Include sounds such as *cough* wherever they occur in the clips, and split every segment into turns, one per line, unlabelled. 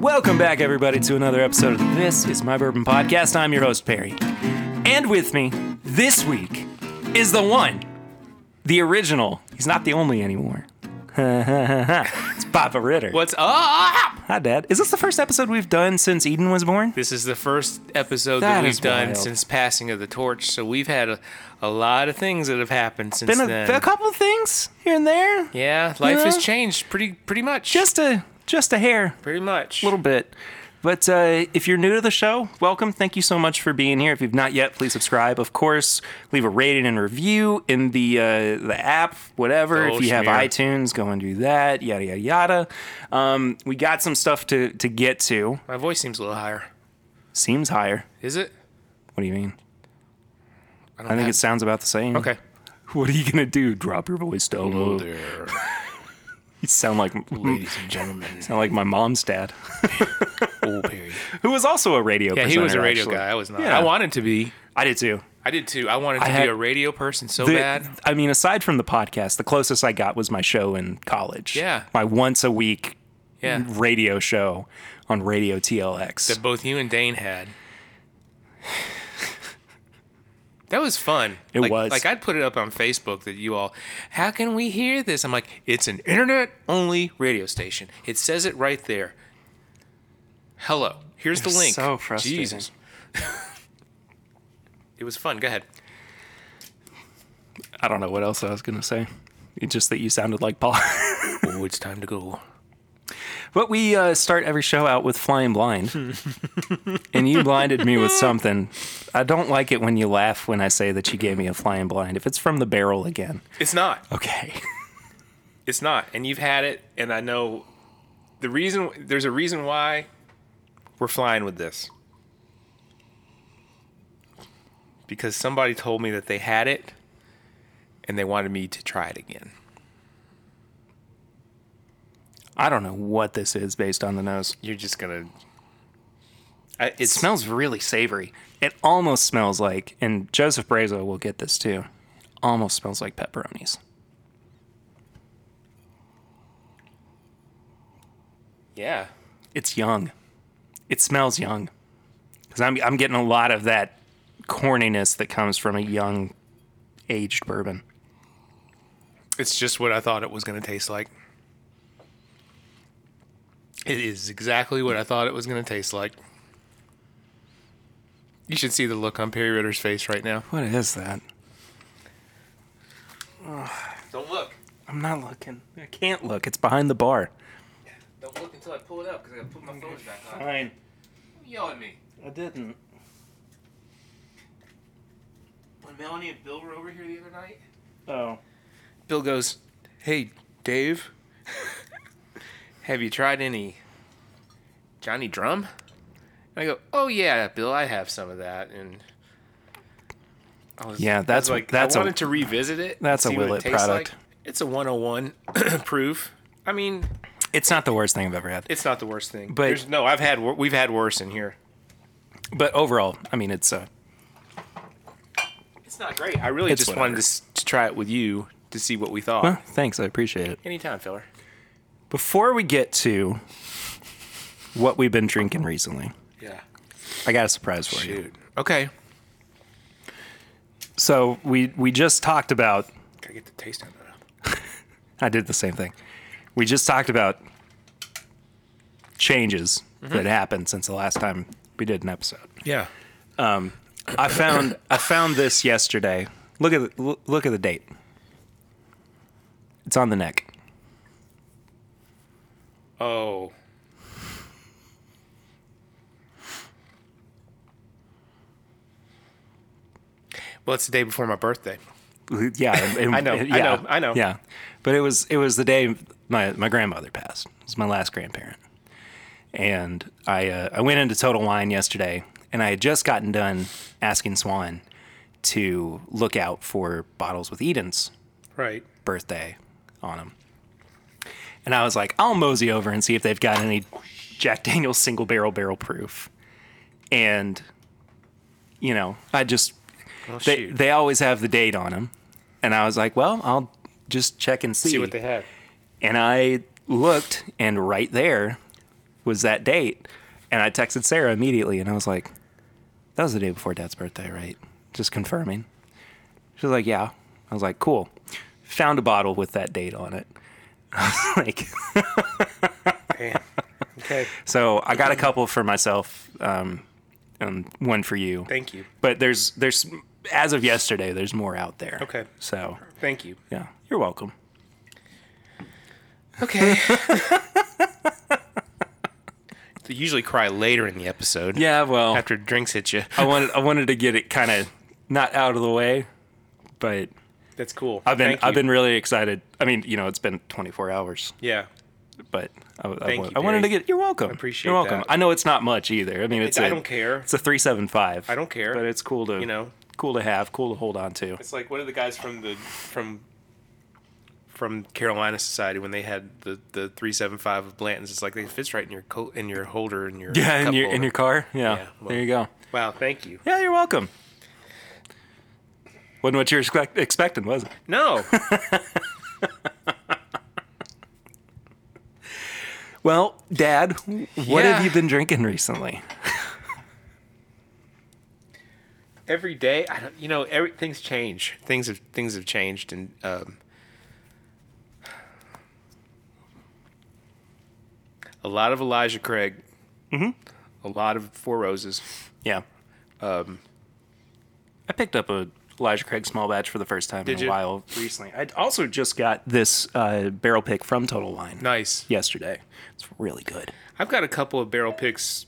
Welcome back, everybody, to another episode of This Is My Bourbon Podcast. I'm your host, Perry. And with me this week is the one, the original. He's not the only anymore. *laughs* it's Papa Ritter.
What's up?
Hi, Dad. Is this the first episode we've done since Eden was born?
This is the first episode
That
that,
is
we've done
wild.
since passing of the torch, so we've had a, a lot of things that have happened since
Been
then.
a, a couple of things here and there.
yeah, life
know?
has changed pretty pretty much.
Just a just a hair.
pretty much.
little bit. But uh, if you're new to the show, welcome. Thank you so much for being here. If you've not yet, please subscribe. Of course, leave a rating and review in the uh, the app, whatever.
Oh,
if you have
smear.
iTunes, go and do that. Yada yada yada. Um, we got some stuff to to get to.
My voice seems a little higher.
Seems higher.
Is it?
What do you mean?
I,
I think it sounds about the same.
okay.
*laughs* What are you gonna do? Drop your voice down low.
there,
You sound like
ladies and
*laughs*
gentlemen.
sound like my mom's dad, *laughs*
Oh, Perry.
who was also a radio.
Yeah, he was a radio guy. I was not. I wanted to be.
I did too.
I did too. I wanted to
had-
be a radio person so
The-
bad.
I mean, aside from the podcast, the closest I got was my show in college.
Yeah.
My once a week
Yeah.
radio show on Radio TLX.
That both you and Dane had. That was fun.
It
Like-
was.
Like I'd put it up on Facebook that you all, how can we hear this? I'm like, it's an internet only radio station. It says it right there. Hello. Here's the
You're
link.
so frustrating.
Jesus. *laughs* it was fun. Go ahead.
I don't know what else I was going to say. It's just that you sounded like Paul. *laughs*
Oh, it's time to go.
but we uh, start every show out with Flying
*laughs*
Blind. and you blinded me with something. I don't like it when you laugh when I say that you gave me a Flying Blind. If it's from the barrel again.
It's not.
Okay.
It's not. And you've had it. And I know the reason. There's a reason why we're flying with this. Because somebody told me that they had it and they wanted me to try it again.
I don't know what this is based on the nose.
You're just going to.
It smells really savory. It almost smells like, and Joseph Brazo will get this too. Almost smells like pepperonis.
Yeah.
It's young. It smells young. Because I'm I'm getting a lot of that corniness that comes from a young, aged bourbon.
It's just what I thought it was going to taste like. It is exactly what I thought it was going to taste like. You should see the look on Perry Ritter's face right now.
What is that?
Don't look.
I'm not looking. I can't look. It's behind the bar.
Don't look until I pull it up because I gotta put my phone back on.
Fine.
Don't yell at me.
I didn't.
When Melanie and Bill were over here the other night,
Oh.
Bill goes, "Hey, Dave, *laughs* have you tried any Johnny Drum?" And I go, "Oh yeah, Bill, I have some of that." And I was,
Yeah,
I was
that's-
like
that's a-
I wanted to revisit it. and
that's a
see what
Willet
it tastes
product.
Like. It's a 101 *clears throat* proof. I mean,
It's not the worst thing I've ever had.
it's not the worst thing.
But-
There's, no, I've had wor- we've had worse in here.
But overall, I mean, it's uh,
It's not great. I really
It's
just
whatever.
wanted to, s- to try it with you to see what we thought.
well, thanks. I appreciate it.
Anytime, filler.
Before we get to what we've been drinking recently,
Yeah.
I got a surprise for you.
Dude. Okay.
So we we just talked about
Gotta get the taste out of it.
I did the same thing. We just talked about changes that happened since the last time we did an episode.
Yeah.
I found I found this yesterday. Look at the, look at the date. It's on the neck.
Oh. Well, it's the day before my birthday.
Yeah, and- and-
I know, I
yeah,
know, I know.
Yeah, but it was it was the day my my grandmother passed. It was my last grandparent, and I uh, I went into Total Wine yesterday, and I had just gotten done asking Swan to look out for bottles with Eden's
Right.
birthday on them, and I was like, I'll mosey over and see if they've got any Jack Daniel's single barrel barrel proof, and you know I just
Well,
they,
Oh, shoot.
they always have the date on them. And I was like, well, I'll just check and see.
see what they have.
and I looked, and right there was that date. And I texted Sarah immediately and I was like, that was the day before dad's birthday, right? Just confirming. She was like, yeah. I was like, cool. Found a bottle with that date on it. *laughs* I was like,
Damn. Okay.
so I got a couple for myself, um, and one for you.
Thank you.
But there's, there's, as of yesterday, there's more out there.
Okay.
So,
Thank you.
yeah, you're welcome.
*laughs* Okay. they usually cry later in the episode.
Yeah, well,
After drinks hit you.
*laughs* I wanted I wanted to get it kind of not out of the way, but
That's cool.
I've been
Thank you.
I've been really excited. I mean, you know, it's been 24 hours,
Yeah.
but I, I,
Thank
wa-
you,
I wanted to
Barry.
get. You're welcome.
appreciate
You're welcome.
that.
I know it's not much either. I mean, it's
I
I
don't care.
It's a three seven five.
I don't care.
but it's cool to
You know.
cool to have, cool to hold on to.
It's like what are the guys from the from from Carolina Society when they had the the three seven five of Blanton's? It's like it fits right in your coat in your holder in your
*laughs* Yeah, in
cup
your in
holder.
your car. Yeah,
Yeah, well-
there you go.
wow. Thank you.
Yeah, you're welcome. Wasn't what you were expect- expecting, was it? *laughs*
No.
Well, Dad, what
Yeah.
have you been drinking recently?
every day i don't you know every, things change things have things have changed and um a lot of elijah craig mm-hmm. a lot of four roses
Yeah. Um, I picked up a Elijah Craig small batch for the first time in
Did
a
you?
while recently. I also just got this uh, barrel pick from Total Wine
nice
yesterday. It's really good.
i've got a couple of barrel picks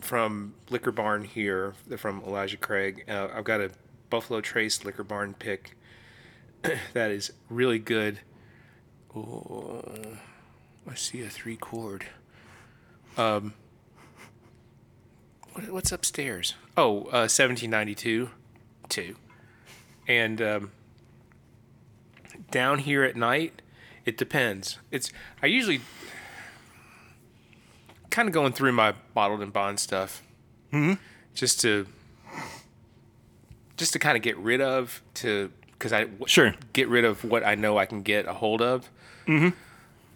from liquor barn here they're from elijah craig uh, i've got a buffalo trace liquor barn pick *clears throat* that is really good oh i see a three chord What, what's upstairs? Oh, uh, 1792, two, and um, down here at night, it depends. It's I usually kind of going through my bottled and bond stuff, just to just to kind of get rid of to because I w-
Sure.
get rid of what I know I can get a hold of. Um,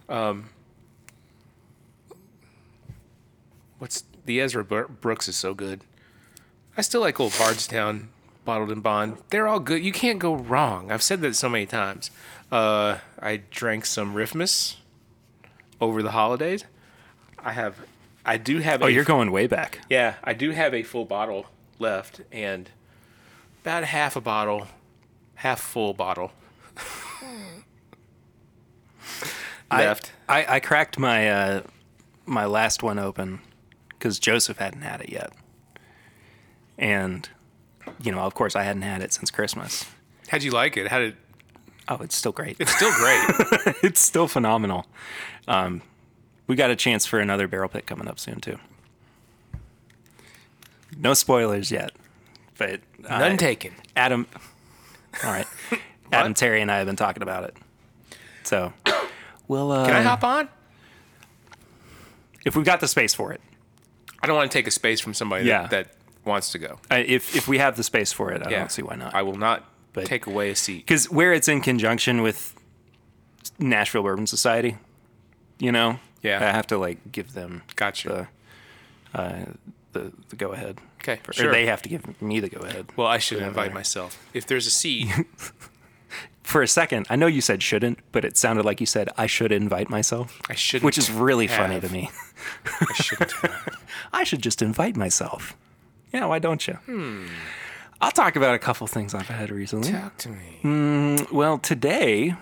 Mm-hmm. Um, what's the Ezra Bur- Brooks is so good. I still like old Bardstown bottled and bond. They're all good. You can't go wrong. I've said that so many times. Uh, I drank some Riffmas over the holidays. I have, I do have.
Oh,
a-
you're going way back.
yeah, I do have a full bottle left and about half a bottle, half full *laughs* bottle left.
I, I, I cracked my uh, my last one open because Joseph hadn't had it yet, and you know, of course, I hadn't had it since Christmas.
How'd you like it? How did
Oh, it's still great.
it's still great.
*laughs* it's still phenomenal. Um, we got a chance for another barrel pick coming up soon too. No spoilers yet, but uh,
*laughs* None taken.
Adam. All
*laughs*
right, Adam Terry and I have been talking about it, so *coughs* we'll. Uh,
Can I hop on?
If we've got the space for it,
I don't want to take a space from somebody
Yeah.
that, that wants to go.
Uh, if if we have the space for it, I
Yeah.
don't see why
I
not.
will not
But-
take away a seat.
Because where it's in conjunction with Nashville Bourbon Society, you know,
Yeah.
I have to like give them
Gotcha.
the the, the go ahead.
Okay,
Or
sure.
they have to give me the go ahead.
well, I should invite myself. If there's a
*laughs*
seat,
For a second, I know you said shouldn't, but it sounded like you said I should invite myself,
I shouldn't.
which is really funny
have.
to me.
I shouldn't.
*laughs* I should just invite myself. Yeah, why don't you? Hmm. I'll talk about a couple things I've had recently.
Talk to me.
Hmm. Well, today,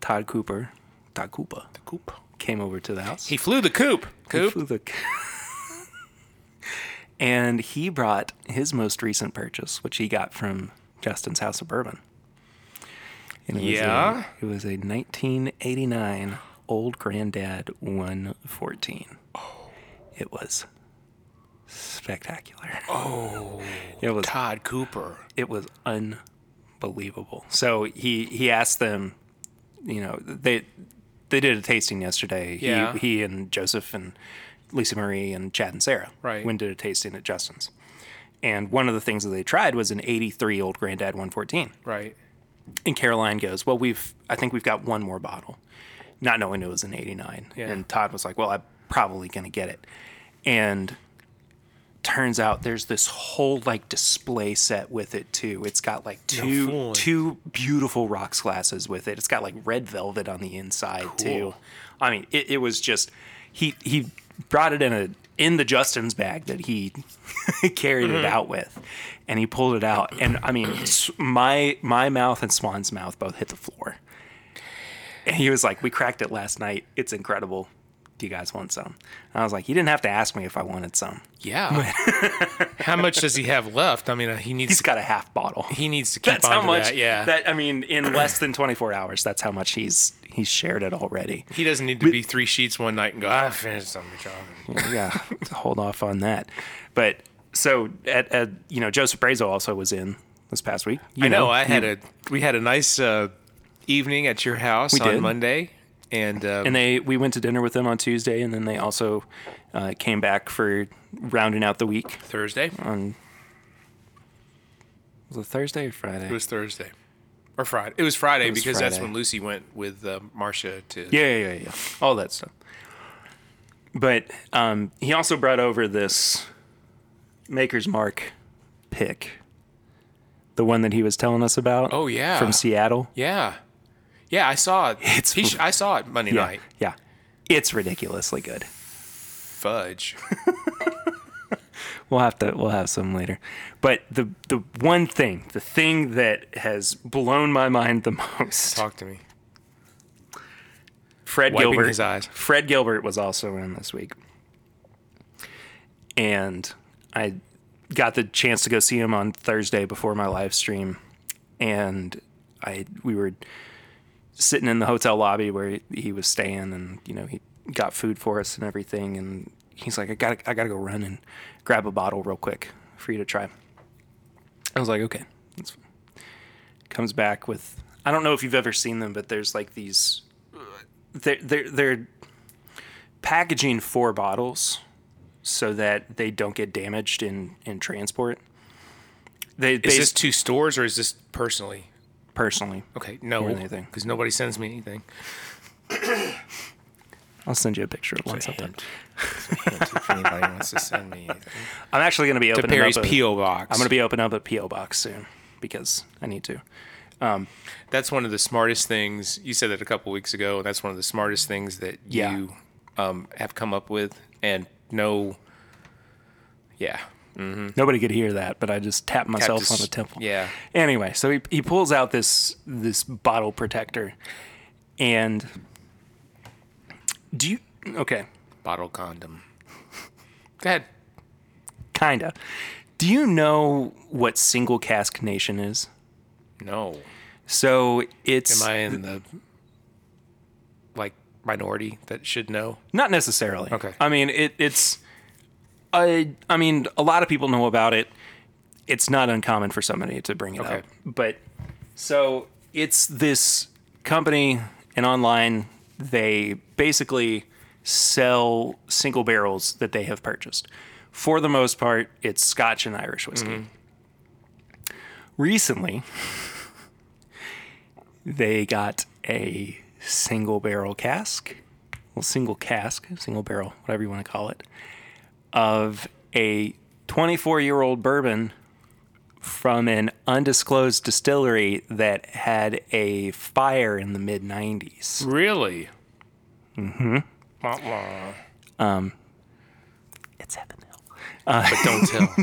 Todd Cooper, Todd Cooper,
Coop.
came over to the house.
He flew the coop. Coop.
flew the- *laughs* and he brought his most recent purchase, which he got from Justin's House of Bourbon. And it was
Yeah?
A, it was a 1989 Old Granddad 114. It was spectacular. Oh. *laughs* It was
Todd Cooper.
it was unbelievable. So he he asked them, you know, they they did a tasting yesterday.
Yeah.
He, he and Joseph and Lisa Marie and Chad and Sarah
Right.
went to a tasting at Justin's. And one of the things that they tried was an 83 old granddad 114.
Right.
And Caroline goes, "Well, we've I think we've got one more bottle." Not knowing it was an 89.
Yeah.
And Todd was like, "Well, I probably going to get it. And turns out there's this whole like display set with it too. It's got like two
fooling.
two beautiful rocks glasses with it. It's got like red velvet on the inside too. I mean, it, it was just he he brought it in a in the Justin's bag that he *laughs* carried it out with, and he pulled it out. And I mean, s- my my mouth and Swan's mouth both hit the floor. And he was like, "We cracked it last night. It's incredible. Do you guys want some?" And I was like, "You didn't have to ask me if I wanted some." *laughs*
Yeah. How much does he have left? I mean, uh, he needs
He's got a half bottle.
he needs to keep
*laughs* That's
on
how
to
much.
that. Yeah.
That I mean, in less than 24 hours, that's how much he's he's shared it already.
he doesn't need to be three sheets one night and go. I finished something, John.
yeah, *laughs* hold off on that. But so at, at you know, Joseph Brazo also was in this past week. You
I know. I
you-
had a we had a nice uh, evening at your house on
did.
Monday, and, um,
and they we went to dinner with them on Tuesday, and then they also uh, came back for rounding out the week
Thursday.
on. Was it Thursday or Friday?
It was Thursday, or Friday. It was Friday
was
because that's
Friday.
when Lucy went with uh, Marcia to.
Yeah, yeah, yeah, yeah. All that stuff. But um, he also brought over this Maker's Mark pick, the one that he was telling us about.
Oh, yeah.
from Seattle.
Yeah, yeah. I saw it.
It's-
he sh- I saw it Monday
Yeah,
night.
yeah. It's ridiculously good.
Fudge.
We'll have to we'll have some later. But the the one thing, the thing that has blown my mind the *laughs* most,
Talk to me.
Fred
Wiping
Gilbert.
his eyes.
Fred Gilbert was also in this week, and I got the chance to go see him on Thursday before my live stream, and I we were sitting in the hotel lobby where he- he was staying, and you know he got food for us and everything, and he's like, I gotta I gotta go run and grab a bottle real quick for you to try. I was like, okay, that's fine. Comes back with I don't know if you've ever seen them, but there's like these they're they're, they're packaging four bottles so that they don't get damaged in in transport. They
Is
based
this two stores or is this personally?
personally.
Okay, no,
Or anything.
because nobody sends me anything.
I'll send you a picture of one sometime.
*laughs* if anybody wants to send me anything.
I'm actually going to be opening
Perry's
up a,
PO box.
I'm going to be opening up a PO box soon because I need to.
that's one of the smartest things you said that a couple weeks ago. and That's one of the smartest things that
Yeah.
you um, have come up with, and no, yeah,
Nobody could hear that, but I just tapped myself
Tapped
on
his-
the temple.
yeah.
Anyway, so he, he pulls out this this bottle protector, and do you okay?
bottle condom. *laughs* Go ahead.
Kinda. Do you know what single cask nation is?
No,
So
am
it's
I in the like minority that should know?
Not necessarily.
Okay.
I mean, it, it's. I I mean, a lot of people know about it. It's not uncommon for somebody to bring it
Okay.
up, but so it's this company and online. They basically sell single barrels that they have purchased. For the most part, it's Scotch and Irish whiskey. Recently, they got a single barrel cask well, single cask, single barrel, whatever you want to call it, of a 24 year old bourbon from an undisclosed distillery that had a fire in the mid 90s.
Really? Mm-hmm.
It's Heaven Hill.
But don't tell.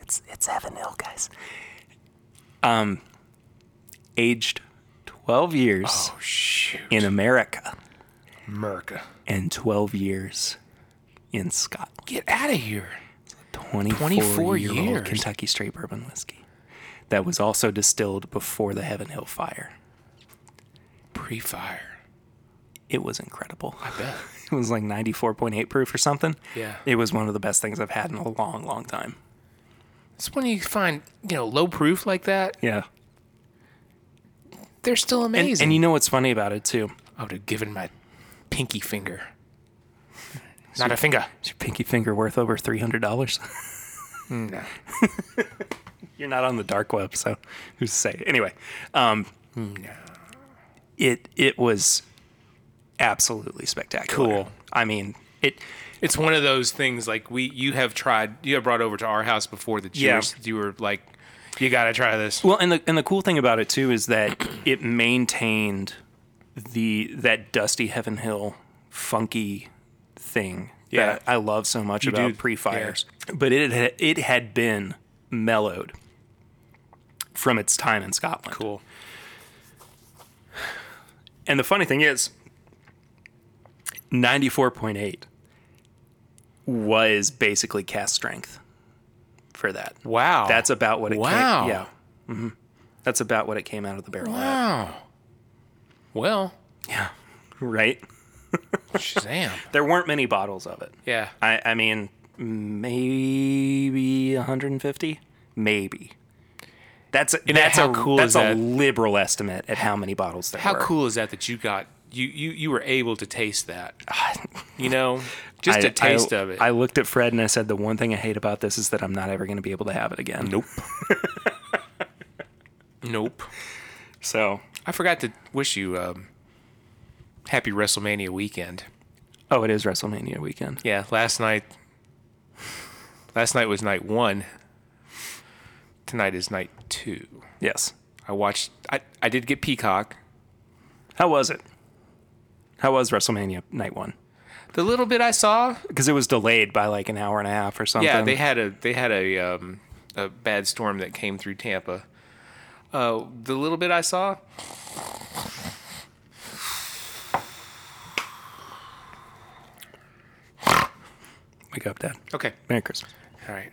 It's, it's Heaven Hill, guys. Um, aged 12 years
*laughs* oh shoot,
in America
America,
and 12 years in Scotland.
get out of here.
24,
24
year
years.
old Kentucky straight bourbon whiskey that was also distilled before the Heaven Hill fire.
Pre-fire.
It was incredible. *laughs*
I bet.
It was like 94.8 proof or something.
Yeah.
It was one of the best things I've had in a long, long time.
It's when you find you know low proof like that.
Yeah.
They're still
And,
amazing.
and you know what's funny about it, too?
I would have given my pinky finger. *laughs* Not a finger.
Is your pinky finger worth over $300?
No.
*laughs* You're not on the dark web, so who's to say? Anyway, um, it it was absolutely spectacular.
Cool.
I mean, It
It's one of those things like we you have tried you have brought over to our house before that you
Yeah.
were you were like you got to try this.
well, and the and the cool thing about it too is
*clears throat*
that it maintained the that dusty Heaven Hill funky thing
Yeah.
that I love so much about
do,
pre-fires. But it had, it had been mellowed from its time in Scotland.
Cool.
And the funny thing is, 94.8 was basically cast strength for that.
Wow.
That's about what it
Wow.
came. Yeah. hmm That's about what it came out of the barrel. at,
wow. Well,
Right?
Shazam.
*laughs* There weren't many bottles of it.
yeah.
I, I mean, maybe 150? Maybe. That's a,
know,
that's
how
a
cool
that's
is
a
that?
liberal estimate at how many bottles there
How
were.
cool is that that you got you you you were able to taste
*laughs*
that. You know, just
I-
a taste
I-
of it.
I looked at Fred and I said, "The one thing I hate about this is that I'm not ever going to be able to have it again." Nope.
*laughs* nope.
So,
I forgot to wish you um, happy WrestleMania weekend.
oh, it is WrestleMania weekend.
Yeah, last night. Last night was night one. Tonight is night two.
Yes.
I watched. I I did get Peacock.
How was it? How was WrestleMania night one?
The little bit I saw.
Because it was delayed by like an hour and a half or something.
Yeah, they had a they had a um, a bad storm that came through Tampa. Uh, the little bit I saw.
wake up, Dad.
Okay.
Merry Christmas.
All right.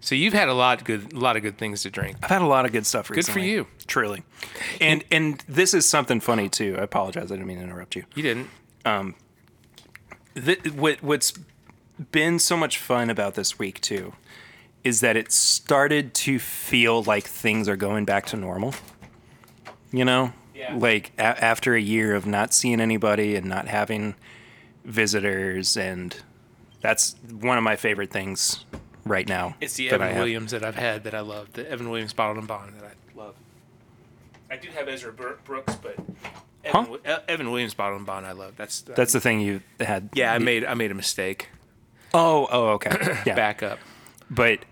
So you've had a lot good, a lot of good things to drink.
I've had a lot of good stuff recently.
for you.
truly. And and this is something funny too. I apologize. I didn't mean to interrupt you.
You didn't.
Th what what's been so much fun about this week too is that it started to feel like things are going back to normal. You know,
Yeah.
like a- after a year of not seeing anybody and not having visitors, and that's one of my favorite things right now.
It's the
that I
Evan
have.
Williams that I've had that I love. The Evan Williams bottled and bond that I love. I do have Ezra Bur- Brooks, but
Huh?
Evan, Wi- E- Evan Williams bottled and bond I love. That's uh,
That's the thing you had.
yeah. I made I made a mistake.
Oh, oh,
*clears throat*
okay. Yeah.
Back up.
But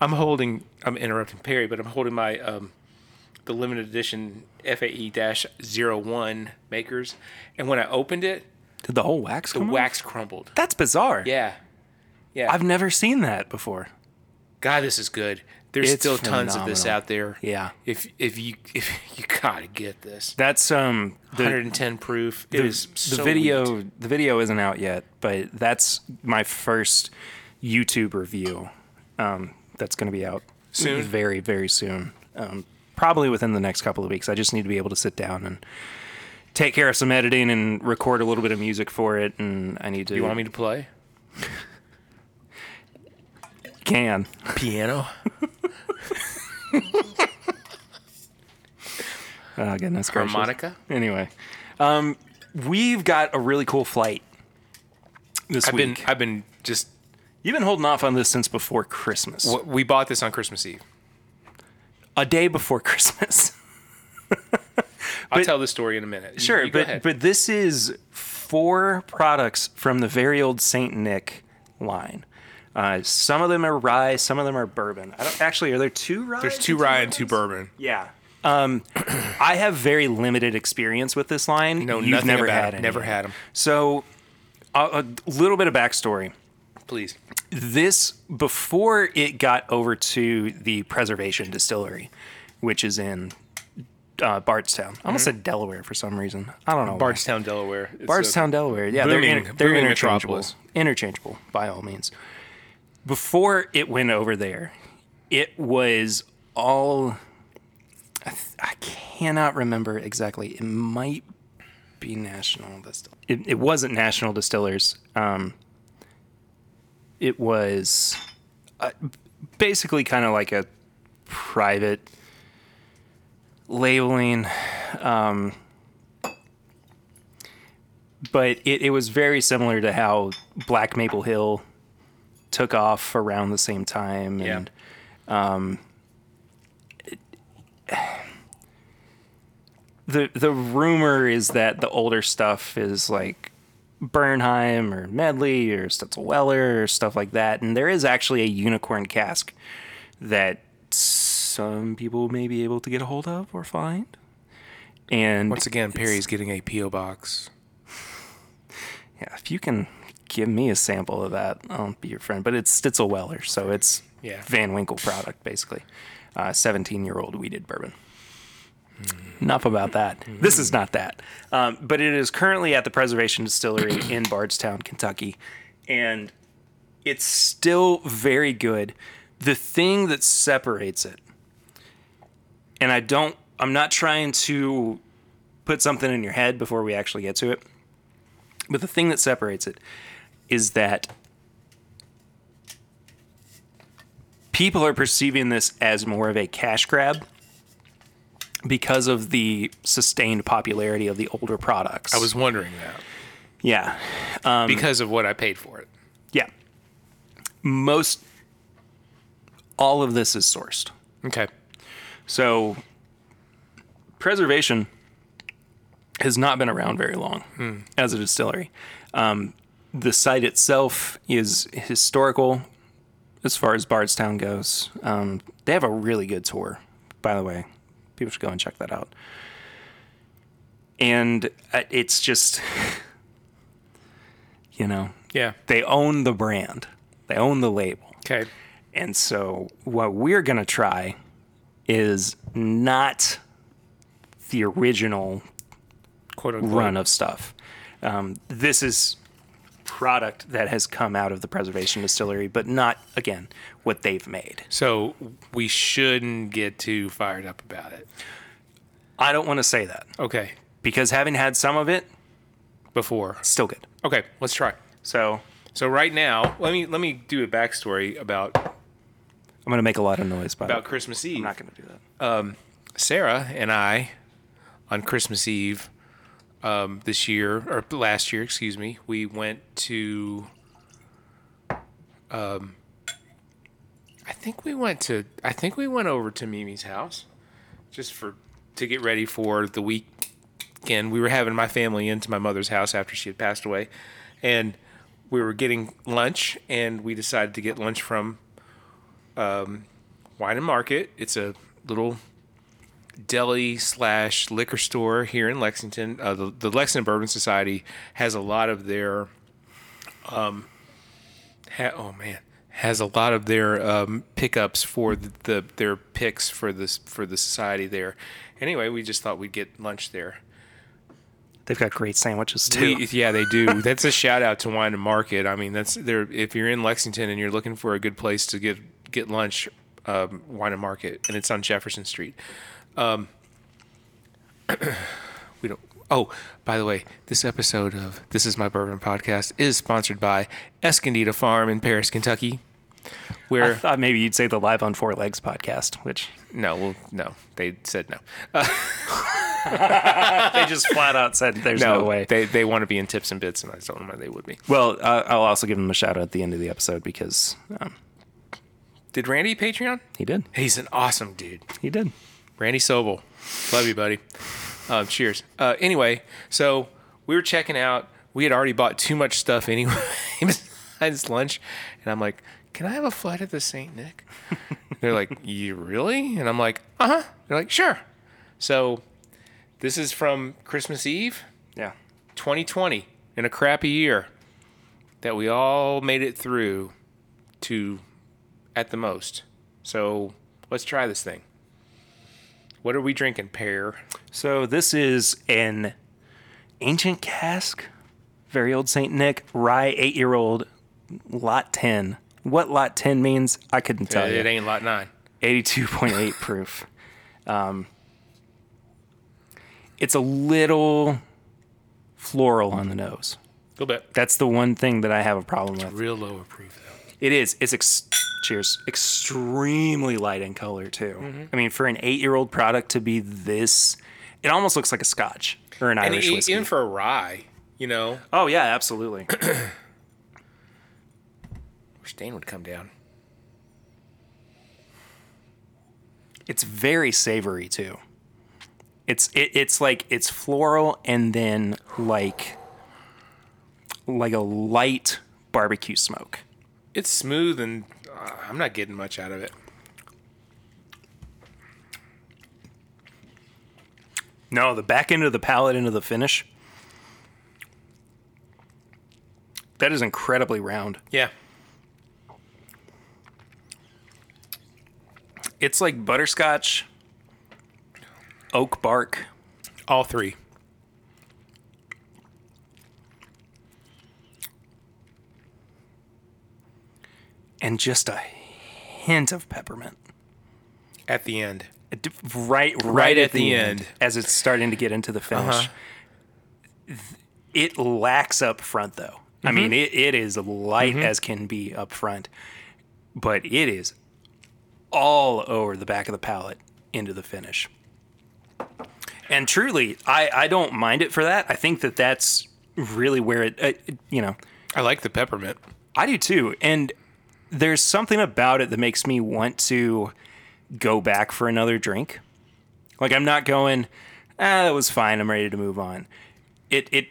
I'm holding. I'm interrupting Perry, but I'm holding my um, the limited edition E FAE-01 makers, and when I opened it,
did the whole wax
the
come off?
wax crumbled.
That's bizarre.
Yeah, yeah.
I've never seen that before.
God, this is good. There's
It's
still tons of this
phenomenal.
out there.
Yeah.
If if you *laughs* if you gotta get this.
That's um the,
110 proof. It
the,
is
the
so
video
wheat.
the video isn't out yet, but that's my first YouTube review. Um, that's going to be out
Soon?
very very soon. Um, probably within the next couple of weeks. I just need to be able to sit down and take care of some editing and record a little bit of music for it, and I need to.
You want me to play
Can
piano?
oh goodness gracious.
Harmonica?
Anyway, um, we've got a really cool flight this
I've been
week.
I've been just
You've been holding off on this since before Christmas.
w- we bought this on Christmas Eve.
A day before *laughs* Christmas.
I'll
But-
tell the story in a minute. You-
Sure,
you go
but
ahead.
but this is four products from the very old Saint Nick line. Uh, some of them are rye, some of them are bourbon. I don't, actually, are there two rye?
there's two rye and two bourbon.
Yeah. Um, *clears throat* I have very limited experience with this line.
No,
You've
nothing
never
about
had
it.
any.
Never had them.
So, a a little bit of backstory.
Please.
this before it got over to the preservation distillery which is in uh, bardstown i almost said delaware for some reason i don't know why.
Mm-hmm. Bardstown, Delaware. It's a-
bardstown delaware yeah they're,
booming-
in, they're
booming
interchangeable
metropolis.
interchangeable by all means before it went over there it was all I th- I cannot remember exactly. It might be National Distill. It, it wasn't National Distillers. Um, it was uh, basically kind of like a private labeling. Um, but it, it was very similar to how Black Maple Hill took off around the same time.
Yeah.
And the the rumor is that the older stuff is like Bernheim or Medley or Stetzelweller or stuff like that, and there is actually a unicorn cask that some people may be able to get a hold of or find. And
Once again, Perry's getting a PO box.
yeah, if you can give me a sample of that, I'll be your friend. But it's Stitzelweller, so it's
Yeah.
Van Winkle product basically. Seventeen year old weeded bourbon. Enough about that. This is not that, um, but it is currently at the Preservation Distillery *coughs* in Bardstown, Kentucky, and it's still very good. The thing that separates it, and I don't, I'm not trying to put something in your head before we actually get to it. But the thing that separates it is that people are perceiving this as more of a cash grab because of the sustained popularity of the older products.
I was wondering that
yeah. Um,
because of what I paid for it.
Yeah. Most all of this is sourced.
Okay.
So preservation has not been around very long as a distillery. Um, the site itself is historical as far as Bardstown goes. Um, they have a really good tour, by the way. People should go and check that out. And uh, it's just, *laughs* you know,
Yeah.
they own the brand, they own the label.
Okay.
And so, what we're going to try is not the original
Quote unquote.
run of stuff. Um, this is product that has come out of the preservation distillery, but not, again, what they've made.
So we shouldn't get too fired up about it.
I don't want to say that
Okay.
because having had some of it,
Before.
still good.
Okay. Let's try.
So,
So right now, let me let me do a backstory about
I'm going to make a lot of noise, but
about Christmas Eve.
I'm not going to do that.
Sarah and I on Christmas Eve um, this year or last year, excuse me, we went to. Um, I think we went to. I think we went over to Mimi's house, just for to get ready for the weekend. We were having my family into my mother's house after she had passed away, and we were getting lunch, and we decided to get lunch from um, Wine and Market. It's a little deli slash liquor store here in Lexington. Uh, the, the Lexington Bourbon Society has a lot of their, um, ha- oh man, has a lot of their um, pickups for the, the their picks for this for the society there. Anyway, we just thought we'd get lunch there.
They've got great sandwiches too.
We, yeah, they do. That's a shout out to Wine and Market. I mean, that's there. If you're in Lexington and you're looking for a good place to get get lunch, um, Wine and Market, and it's on Jefferson Street. Um, *clears throat* we don't. Oh, by the way, this episode of This Is My Bourbon podcast is sponsored by Escondida Farm in Paris, Kentucky. Where
I thought maybe you'd say the Live on Four Legs podcast,
*laughs*
which
no, well, no, they said no.
they just flat out said there's no,
no,
way.
they they want to be in tips and bits, and I told them they would be.
Well, I I'll also give him a shout out at the end of the episode because um,
Did Randy Patreon?
he did.
He's an awesome dude.
He did.
Randy Sobel. Love you, buddy. Um, cheers. Uh, anyway, so we were checking out. We had already bought too much stuff anyway *laughs* besides lunch. And I'm like, can I have a flight of the St. Nick? *laughs* They're like, you really? And I'm like, uh huh. They're like, sure. So this is from Christmas Eve,
Yeah.
2020, in a crappy year that we all made it through to at the most. So let's try this thing. What are we drinking, Pear?
So this is an ancient cask, very old Saint Nick rye, eight year old, lot ten. What lot ten means, I couldn't tell
it
you.
ain't lot nine.
Eighty-two point eight *laughs* proof. Um, it's a little floral on the nose.
A little bit.
That's the one thing that I have a problem with.
Real low approved though.
It is. It's ex- cheers. Extremely light in color too. I mean, for an eight-year-old product to be this, it almost looks like a Scotch or an
And
Irish
e-
whiskey.
even for a rye, you know,
oh yeah, *clears throat* absolutely.
stain would come down.
it's very savory too. It's it, it's like it's floral and then like like a light barbecue smoke.
It's smooth and uh, I'm not getting much out of it.
No, the back end of the palate into the finish. That is incredibly round.
Yeah.
It's like butterscotch, oak bark.
All three.
and just a hint of peppermint
At the end.
It d- right right, at, the, end. as it's starting to get into the finish.
Uh-huh.
Th- It lacks up front though. I mean, it, it is light as can be up front, but it is all over the back of the palate into the finish. And truly, I, I don't mind it for that. I think that that's really where it, uh, it- you know,
I like the peppermint.
I do too. And there's something about it that makes me want to go back for another drink. Like I'm not going, ah, that was fine. I'm ready to move on. It it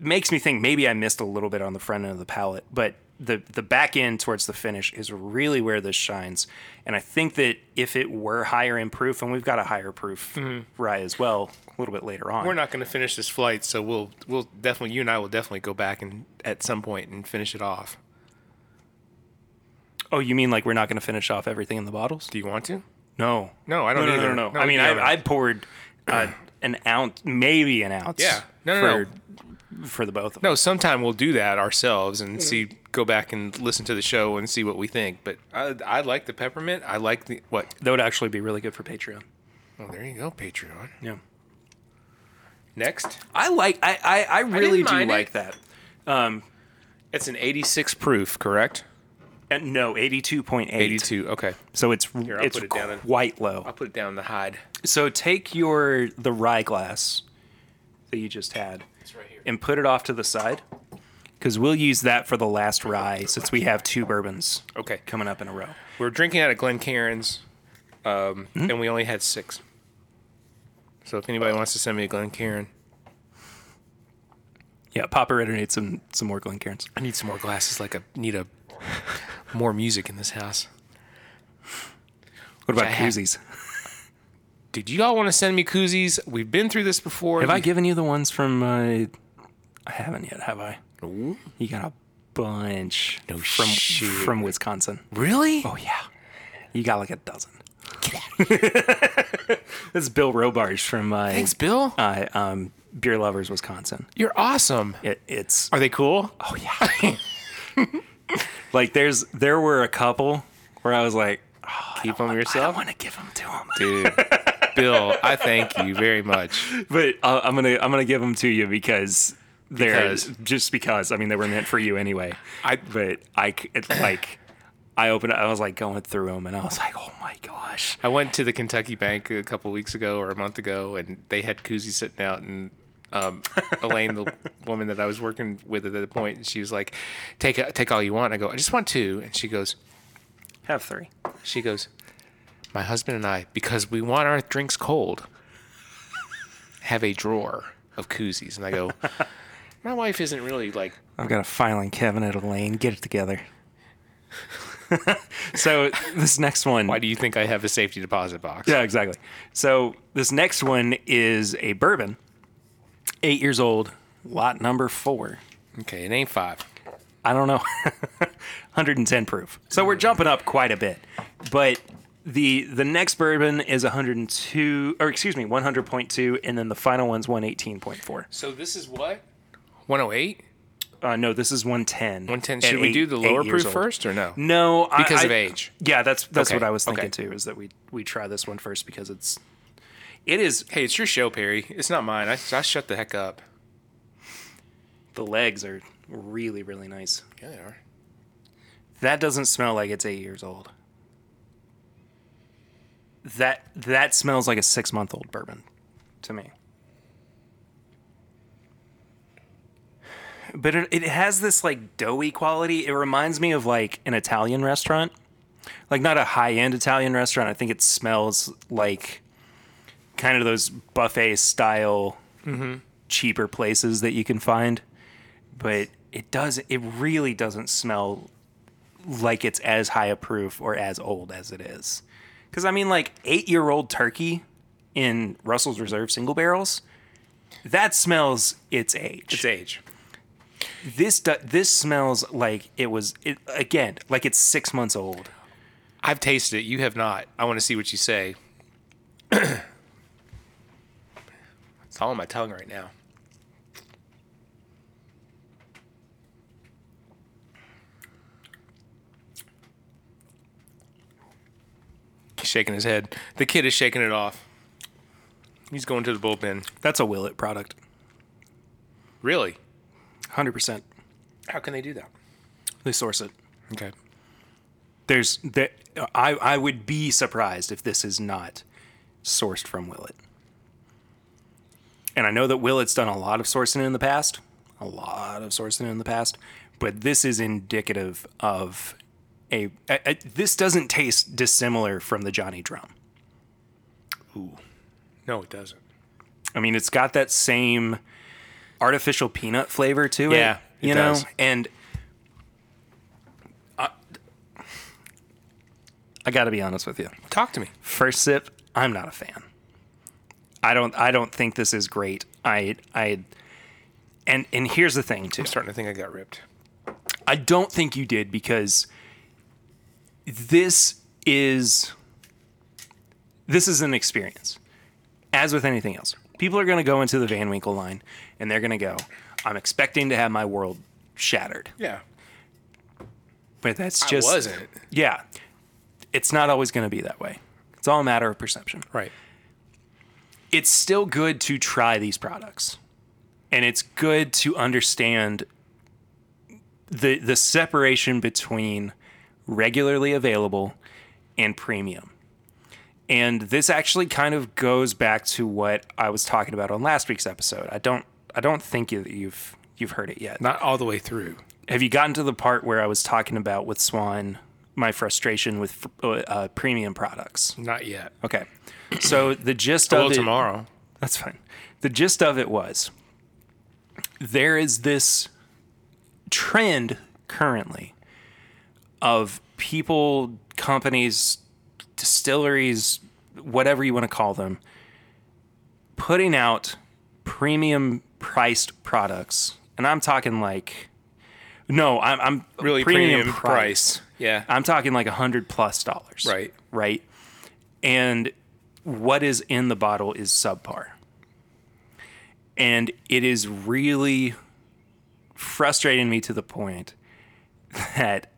makes me think maybe I missed a little bit on the front end of the palate, but the the back end towards the finish is really where this shines. And I think that if it were higher in proof, and we've got a higher proof rye as well a little bit later on.
Mm-hmm. We're not going to finish this flight, so we'll we'll definitely you and I will definitely go back and at some point and finish it off.
oh, you mean like we're not going to finish off everything in the bottles?
Do you want to?
No,
No, I don't
no,
either.
No, no, no.
No,
I mean,
you
I,
don't.
I poured uh, an ounce, maybe an ounce.
Yeah. No, no,
for, for the both of them.
No, sometime we'll do that ourselves and see go back and listen to the show and see what we think. But I I like the peppermint. I like the what?
That would actually be really good for Patreon.
Oh, there you go, Patreon.
Yeah,
Next,
I like. I I, I really do
mind it.
like that.
it's an 86 proof, correct?
And Uh, no, eighty-two point eight.
82. Okay,
So it's
I'll
it's
put it down then.
quite low.
I'll put it down the hide.
So take your the rye glass that you just had
It's right here.
and put it off to the side because we'll use that for the last rye since we have two bourbons
Okay,
coming up in a row.
we're drinking out of Glen Cairns, um,
Mm.
and we only had six. So if anybody wants to send me a Glen Cairn,
Yeah, Papa Ritter needs some some more Glencairns.
I need some more glasses. Like I need a more music in this house.
What about
I have-
koozies?
Did you all want to send me koozies? We've been through this before.
Have I given you the ones from? Uh, I haven't yet, have I?
Ooh.
You got a bunch no from
shit.
from Wisconsin.
Really?
Oh yeah, you got like a dozen. *laughs* this is Bill Robarge from uh,
Thanks, Bill.
uh, um, Beer Lovers, Wisconsin.
You're awesome.
It, it's
Are they cool?
oh yeah, like there's there were a couple where I was like,
Keep them
I don't
yourself,
want to give them to him,
dude. *laughs* Bill, I thank you very much.
but uh, I'm gonna I'm gonna give them to you because they're
Because.
just because I mean they were meant for you anyway.
I
but I c- it, like I opened I was like going through them and I was like, "Oh my gosh."
I went to the Kentucky Bank a couple weeks ago or a month ago, and they had koozies sitting out and. Um, Elaine, *laughs* the woman that I was working with at the point, she was like, "Take take all you want." I go, "I just want two," and she goes,
Have 3.
She goes, My husband and I, because we want our drinks cold, have a drawer of koozies. And I *laughs* go, My wife isn't really like,
I've got a filing cabinet, Elaine. Get it together. *laughs* so this next one
Why do you think I have a safety deposit box?
Yeah, exactly. So this next one is a bourbon. 8 years old, lot number 4.
Okay, it ain't five.
I don't know. *laughs* 110 proof. So we're jumping up quite a bit. But the the next bourbon is 102 or excuse me, 100.2 and then the final one's 118.4.
So this is what? 108?
Uh, no, this is 110.
110.
At
Should we
eight-
do the
eight
lower
years
proof
old.
first or no?
No, I-
Because
I-
of age.
Yeah, that's that's
Okay,
what I was thinking
okay.
too. Is that we we try this one first because it's it is
Hey, it's your show, Perry. It's not mine. I, I shut the heck up.
the legs are really really nice.
Yeah, they are.
That doesn't smell like it's eight years old. That that smells like a six month old bourbon to me. But it, it has this like doughy quality. It reminds me of like an Italian restaurant. Like not a high end Italian restaurant. I think it smells like kind of those buffet style cheaper places that you can find. But it does it really doesn't smell like it's as high a proof or as old as it is. Cause I mean like eight year old turkey in Russell's Reserve single barrels, that smells its age
It's age.
this do- this smells like it was it, again like it's six months old.
I've tasted it. You have not. I want to see what you say. *clears throat* it's all on my tongue right now. He's shaking his head. The kid is shaking it off. He's going to the bullpen.
That's a Willet product,
Really?
hundred percent.
How can they do that?
They source it.
Okay.
There's there, I I would be surprised if this is not sourced from Willet. And I know that Willet's done a lot of sourcing in the past, a lot of sourcing in the past, but this is indicative of a, a, a this doesn't taste dissimilar from the Johnny Drum.
No, it doesn't.
I mean, it's got that same artificial peanut flavor to it.
Yeah, it
you know,
does.
and I, I got to be honest with you.
Talk to me.
First sip, I'm not a fan. I don't. I don't think this is great. I. I. And and here's the thing too.
I'm starting to think I got ripped.
I don't think you did because this is this is an experience. As with anything else, people are going to go into the Van Winkle line and they're going to go, "I'm expecting to have my world shattered."
Yeah.
But that's
I
just
wasn't.
yeah. It's not always going to be that way. It's all a matter of perception.
Right.
it's still good to try these products and it's good to understand the the separation between regularly available and premium and this actually kind of goes back to what I was talking about on last week's episode I don't I don't think you- you've you've heard it yet
Not all the way through.
have you gotten to the part where I was talking about with Swan my frustration with uh, premium products
Not yet.
okay so the gist
Well,
of it
tomorrow.
that's fine. The gist of it was there is this trend currently of people, companies, distilleries, whatever you want to call them, putting out premium priced products. And I'm talking like, no, I'm, I'm
really premium, price. Uh, Yeah.
I'm talking like a hundred plus dollars.
Right.
Right. And what is in the bottle is subpar. And it is really frustrating me to the point that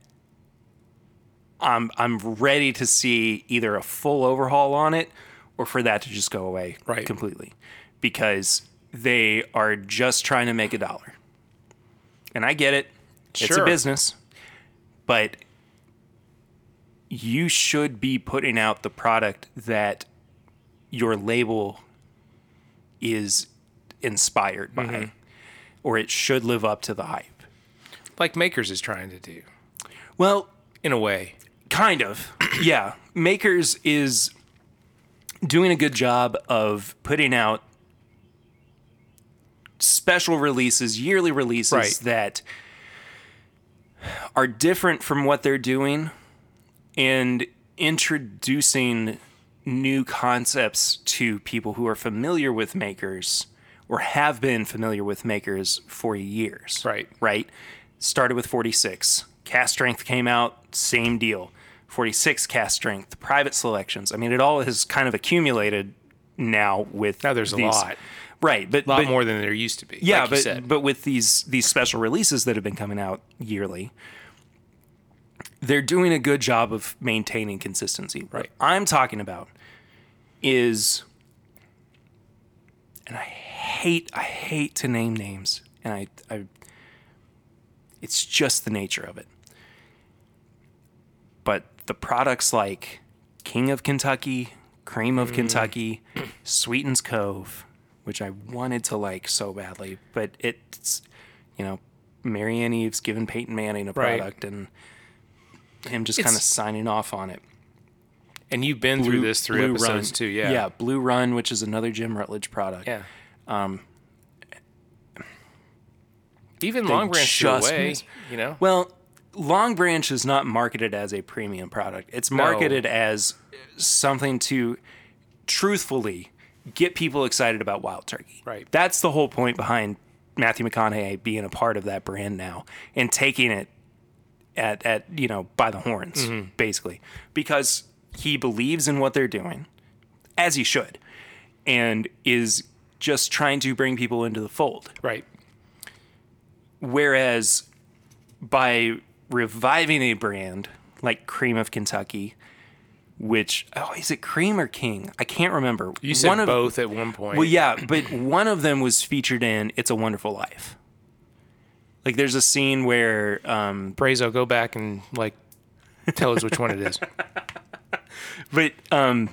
I'm I'm ready to see either a full overhaul on it or for that to just go away
Right.
completely. Because they are just trying to make a dollar. And I get it. It's a
Sure.
business. But you should be putting out the product that your label is inspired by or it should live up to the hype.
like Makers is trying to do,
Well,
in a way.
kind of. yeah. Makers is doing a good job of putting out special releases, yearly releases
Right.
that are different from what they're doing and introducing new concepts to people who are familiar with makers or have been familiar with makers for years
Right.
right? Started with 46. Cast strength came out, same deal. 46 cast strength, private selections. I mean, it all has kind of accumulated now with
Now there's a
these-
lot.
right? But
A lot
but,
more than there used to be.
yeah,
like you
but
said.
but with these these special releases that have been coming out yearly, they're doing a good job of maintaining consistency. What
Right.
I'm talking about is, and I hate I hate to name names, and I, I it's just the nature of it. But the products like King of Kentucky, Cream
Mm.
of
*clears throat*
Kentucky, Sweetens Cove, which I wanted to like so badly, but it's, you know, Marianne Eve's given Peyton Manning a
Right.
product and him just
It's-
kind of signing off on it.
And you've been through this through
Blue
episodes
Run.
too, yeah.
Yeah, Blue Run, which is another Jim Rutledge product.
Yeah. Um, even Long Branch
just
away,
miss-
you know.
Well, Long Branch is not marketed as a premium product. It's marketed as something to truthfully get people excited about wild turkey.
Right.
That's the whole point behind Matthew McConaughey being a part of that brand now and taking it at at you know by the horns basically because he believes in what they're doing as he should and is just trying to bring people into the fold
right.
Whereas by reviving a brand like Cream of Kentucky, which oh is it Cream or King? I can't remember.
You said
one of,
both at one point.
Well, yeah, but one of them was featured in "It's a Wonderful Life." Like, there's a scene where um,
Brazo, go back and like tell us which one it
*laughs*
is.
But um,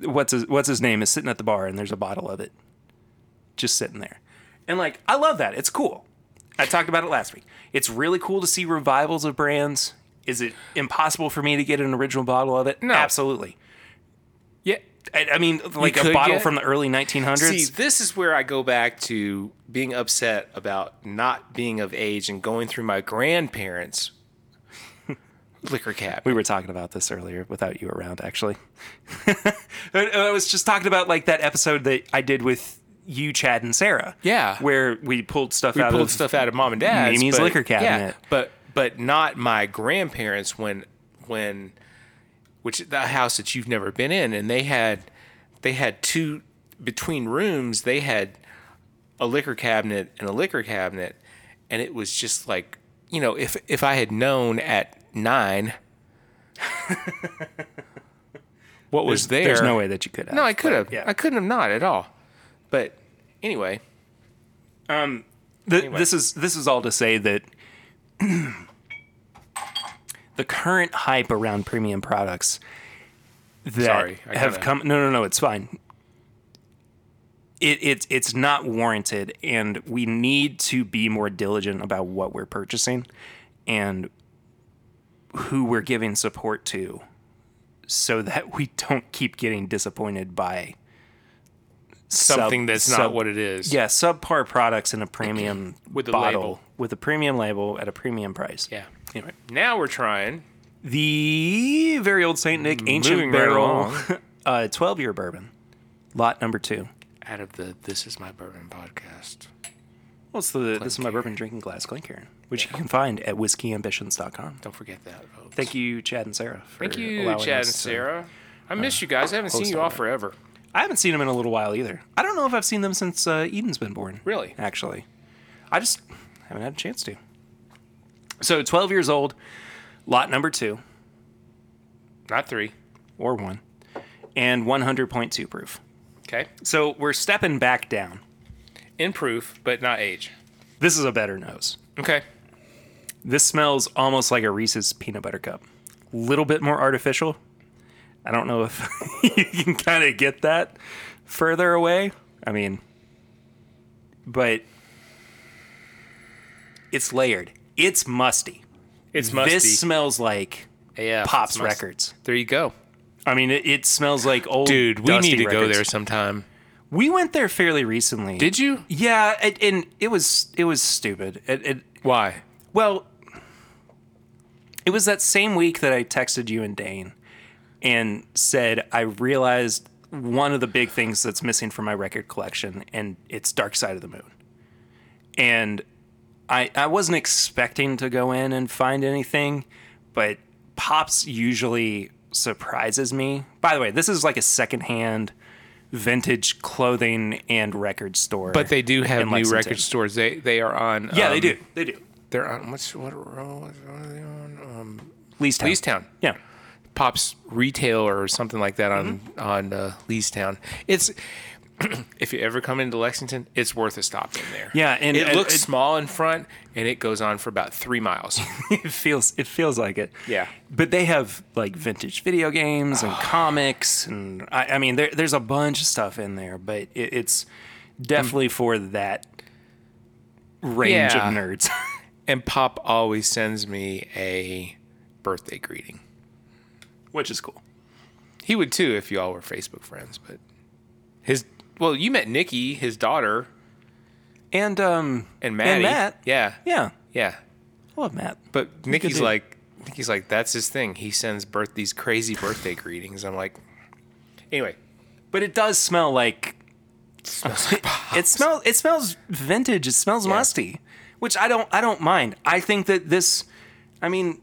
what's his, what's his name is sitting at the bar, and there's a bottle of it, just sitting there, and like I love that. It's cool. I talked about it last week. It's really cool to see revivals of brands. Is it impossible for me to get an original bottle of it?
No.
absolutely.
Yeah.
I, I mean, like a
could
bottle
get-
from the early 1900s.
See, this is where I go back to being upset about not being of age and going through my grandparents' *laughs* liquor cabinet.
we were talking about this earlier without you around, *laughs* actually. I I was just talking about like that episode that I did with you, Chad, and Sarah.
Yeah.
where we pulled stuff
we
out
pulled
of
stuff out of mom and dad's
Mimi's
but-
liquor
yeah,
cabinet.
but but not my grandparents when when which the house that you've never been in, and they had they had two between rooms. They had a liquor cabinet and a liquor cabinet, and it was just like you know if if I had known at nine. *laughs* what was there?
There's no way that you could have.
No, I could have.
yeah.
I couldn't have not at all. But anyway,
Th- This is this is all to say that *clears throat* the current hype around premium products that
Sorry, I
have
kinda-
come. No, no, no. It's fine. It, it's it's not warranted, and we need to be more diligent about what we're purchasing and who we're giving support to, so that we don't keep getting disappointed by sub-
something that's not
sub-
what it is.
yeah, subpar products in a premium
With a
bottle
label.
*clears throat* with a premium label at a premium price.
Yeah.
Anyway,
Now we're trying.
the very old Saint Nick Ancient
Moving right
Barrel,
along.
*laughs* uh, twelve year bourbon, lot number two.
Out of the This Is My Bourbon podcast.
Well, it's the this is my bourbon drinking glass Glencairn, which you can find at whiskeyambitions.com.
Don't forget that. folks.
Thank you, Chad and Sarah. For
Thank you,
allowing
Chad and
us to- uh,
Sarah. I miss you guys. I haven't seen
host
you
all
all
that.
forever.
I haven't seen them in a little while either. I don't know if I've seen them since uh, Eden's been born.
Really?
Actually, I just haven't had a chance to. So, 12 years old, lot number two.
Not three.
or one, and 100.2 proof.
Okay.
So we're stepping back down.
In proof, but not age.
This is a better nose.
Okay.
This smells almost like a Reese's peanut butter cup. Little bit more artificial. I don't know if *laughs* you can kind of get that further away. I mean, but it's layered. It's musty.
It's musty.
This smells like
yeah,
Pops
it's musty.
records.
There you go.
I mean, it, it smells like old.
Dude, we
dusty
need to go
records.
there sometime.
We went there fairly recently.
Did you?
Yeah, it, and it was it was stupid. It, it
Why?
well, it was that same week that I texted you and Dane, and said I realized one of the big things that's missing from my record collection, and it's Dark Side of the Moon. And I I wasn't expecting to go in and find anything, but Pops usually surprises me. By the way, this is like a secondhand vintage clothing and record store.
But they do have
In
new
Lexington.
record stores. They they are on.
Yeah,
um,
they do. They do.
They're on. What's what row? What are they on? Um,
Leestown.
Leestown.
Yeah. *laughs*
Pops Retail or something like that on
Mm-hmm.
on uh, Leestown. It's *clears throat* if you ever come into Lexington, it's worth a stop in there.
Yeah, and-
it
and-
looks
it-
small in front, and it goes on for about three
*laughs*
miles.
it feels it feels like it.
Yeah.
But they have like vintage video games and comics and I, I mean there, there's a bunch of stuff in there, but it, it's definitely for that range
Yeah.
of nerds. *laughs*
and Pop always sends me a birthday greeting.
Which is cool.
He would too if y'all were Facebook friends, but his well, you met Nikki, his daughter,
And um
and Maddie.
Matt.
Yeah.
yeah,
Yeah.
I love Matt.
But Nikki's
dude.
like Nikki's like, that's his thing. He sends birth these crazy birthday greetings. I'm like Anyway.
But it does smell like
Smells like
*laughs* it smells it smells vintage. It smells musty, which I don't I don't mind. I think that this I mean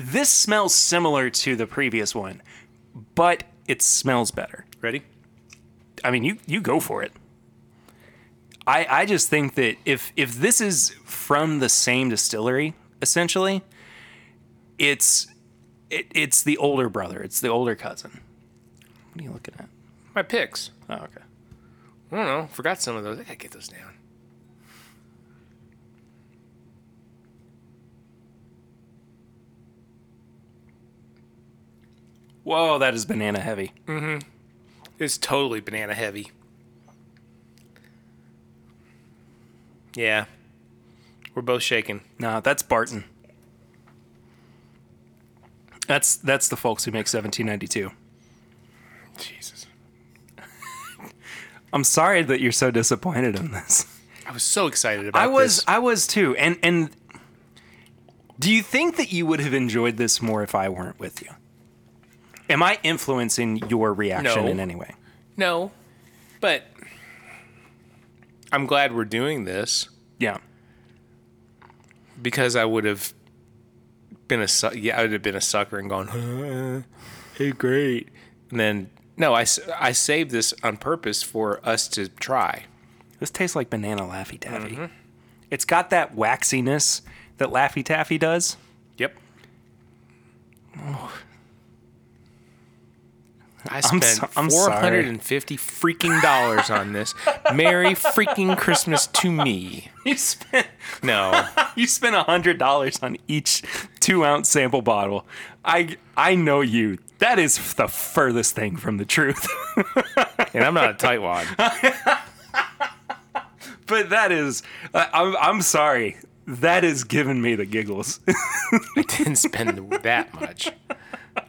this smells similar to the previous one, but it smells better.
Ready?
I mean, you you go for it. I I just think that if if this is from the same distillery, essentially, it's it, it's the older brother. It's the older cousin. What are you looking at?
My picks.
Oh, okay.
I don't know. Forgot some of those. I gotta get those down.
Whoa, that is banana heavy.
It's totally banana heavy. Yeah. We're both shaking.
No, that's Barton. That's that's the folks who make 1792.
Jesus.
I'm sorry that you're so disappointed in this.
I was so excited about
I was
this.
I was too. And and do you think that you would have enjoyed this more if I weren't with you? Am I influencing your reaction
No.
in any way?
No. But I'm glad we're doing this
Yeah.
because I would have been a su- yeah, I would have been a sucker and gone, huh, "Hey, great." And then no, I s- I saved this on purpose for us to try.
This tastes like banana Laffy Taffy. It's got that waxiness that Laffy Taffy does.
Yep. Oh. I
I'm
spent
so- I'm
four
sorry.
hundred and fifty freaking dollars on this. Merry freaking Christmas to me.
You spent
No,
*laughs* you spent a hundred dollars on each two ounce sample bottle. I I know you. That is the furthest thing from the truth. *laughs*
and I'm not a tightwad.
but that is I I'm, I'm sorry. That is giving me the giggles. *laughs*
I didn't spend that much.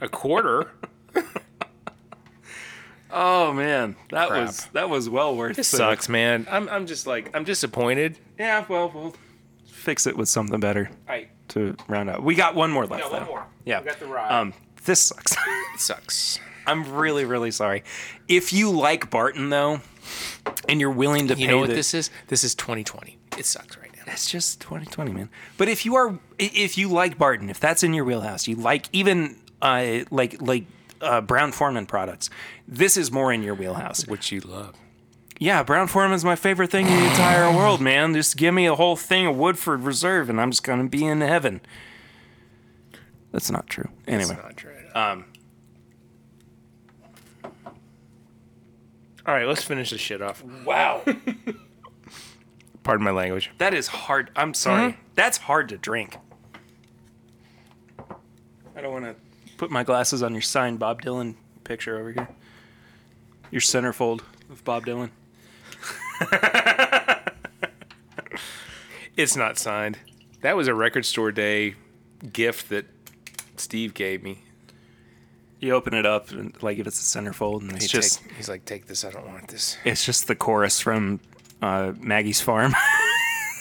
A quarter.
Oh man, that
Crap.
was that was well worth
This
the-
sucks, man. I'm, I'm just like I'm disappointed.
Yeah, well, we'll fix it with something better
All right,
to round out. We got one more left. though. Yeah,
We got the rye.
Um, this sucks. *laughs*
It sucks.
I'm really, really sorry. If you like Barton though, and you're willing to
You
pay
know what
the-
this is? This is 2020. It sucks right now.
it's just 2020, man. But if you are, i- if you like Barton, if that's in your wheelhouse, you like even uh, like like uh, Brown Foreman products. This is more in your wheelhouse.
Which you love.
Yeah, Brown Foreman's my favorite thing in the entire world, man. Just give me a whole thing of Woodford Reserve, and I'm just gonna be in heaven. That's not true. Anyway,
It's not true. Um. All right, let's finish this shit off.
wow,
*laughs* Pardon my language.
that is hard. I'm sorry. That's hard to drink. I don't want to put my glasses on your signed Bob Dylan picture over here. Your centerfold of Bob Dylan.
It's not signed. That was a record store day gift that Steve gave me.
You open it up and like if it's a centerfold, and it's
He
just
take- he's like, take this. I don't want this.
it's just the chorus from uh, Maggie's Farm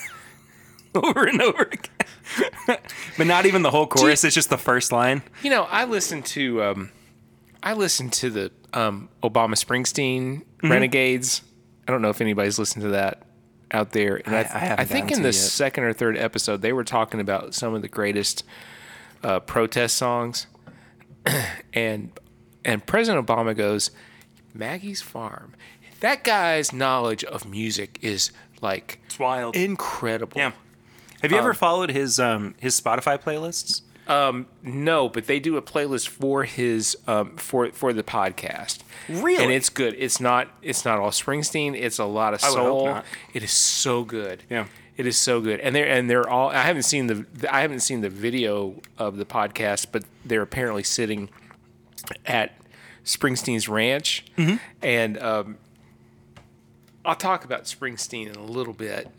*laughs* over and over again. *laughs* but not even the whole chorus. It's just the first line.
You know, I listened to um, I listened to the um, Obama Springsteen
Mm-hmm.
Renegades. I don't know if anybody's listened to that out there. And I,
I haven't
I think
gotten
in
to
the
it yet.
second or third episode, they were talking about some of the greatest uh, protest songs, *clears throat* and and President Obama goes, "Maggie's Farm." That guy's knowledge of music is like
It's wild.
incredible.
yeah. Have you ever followed his um, his Spotify playlists?
No, but they do a playlist for his um, for for the podcast.
Really?
And it's good. It's not it's not all Springsteen. It's a lot of
would hope
soul.
not.
It is so good.
Yeah.
It is so good. And they're and they're all I haven't seen the I haven't seen the video of the podcast, but they're apparently sitting at Springsteen's ranch.
Mm-hmm.
And um, I'll talk about Springsteen in a little bit.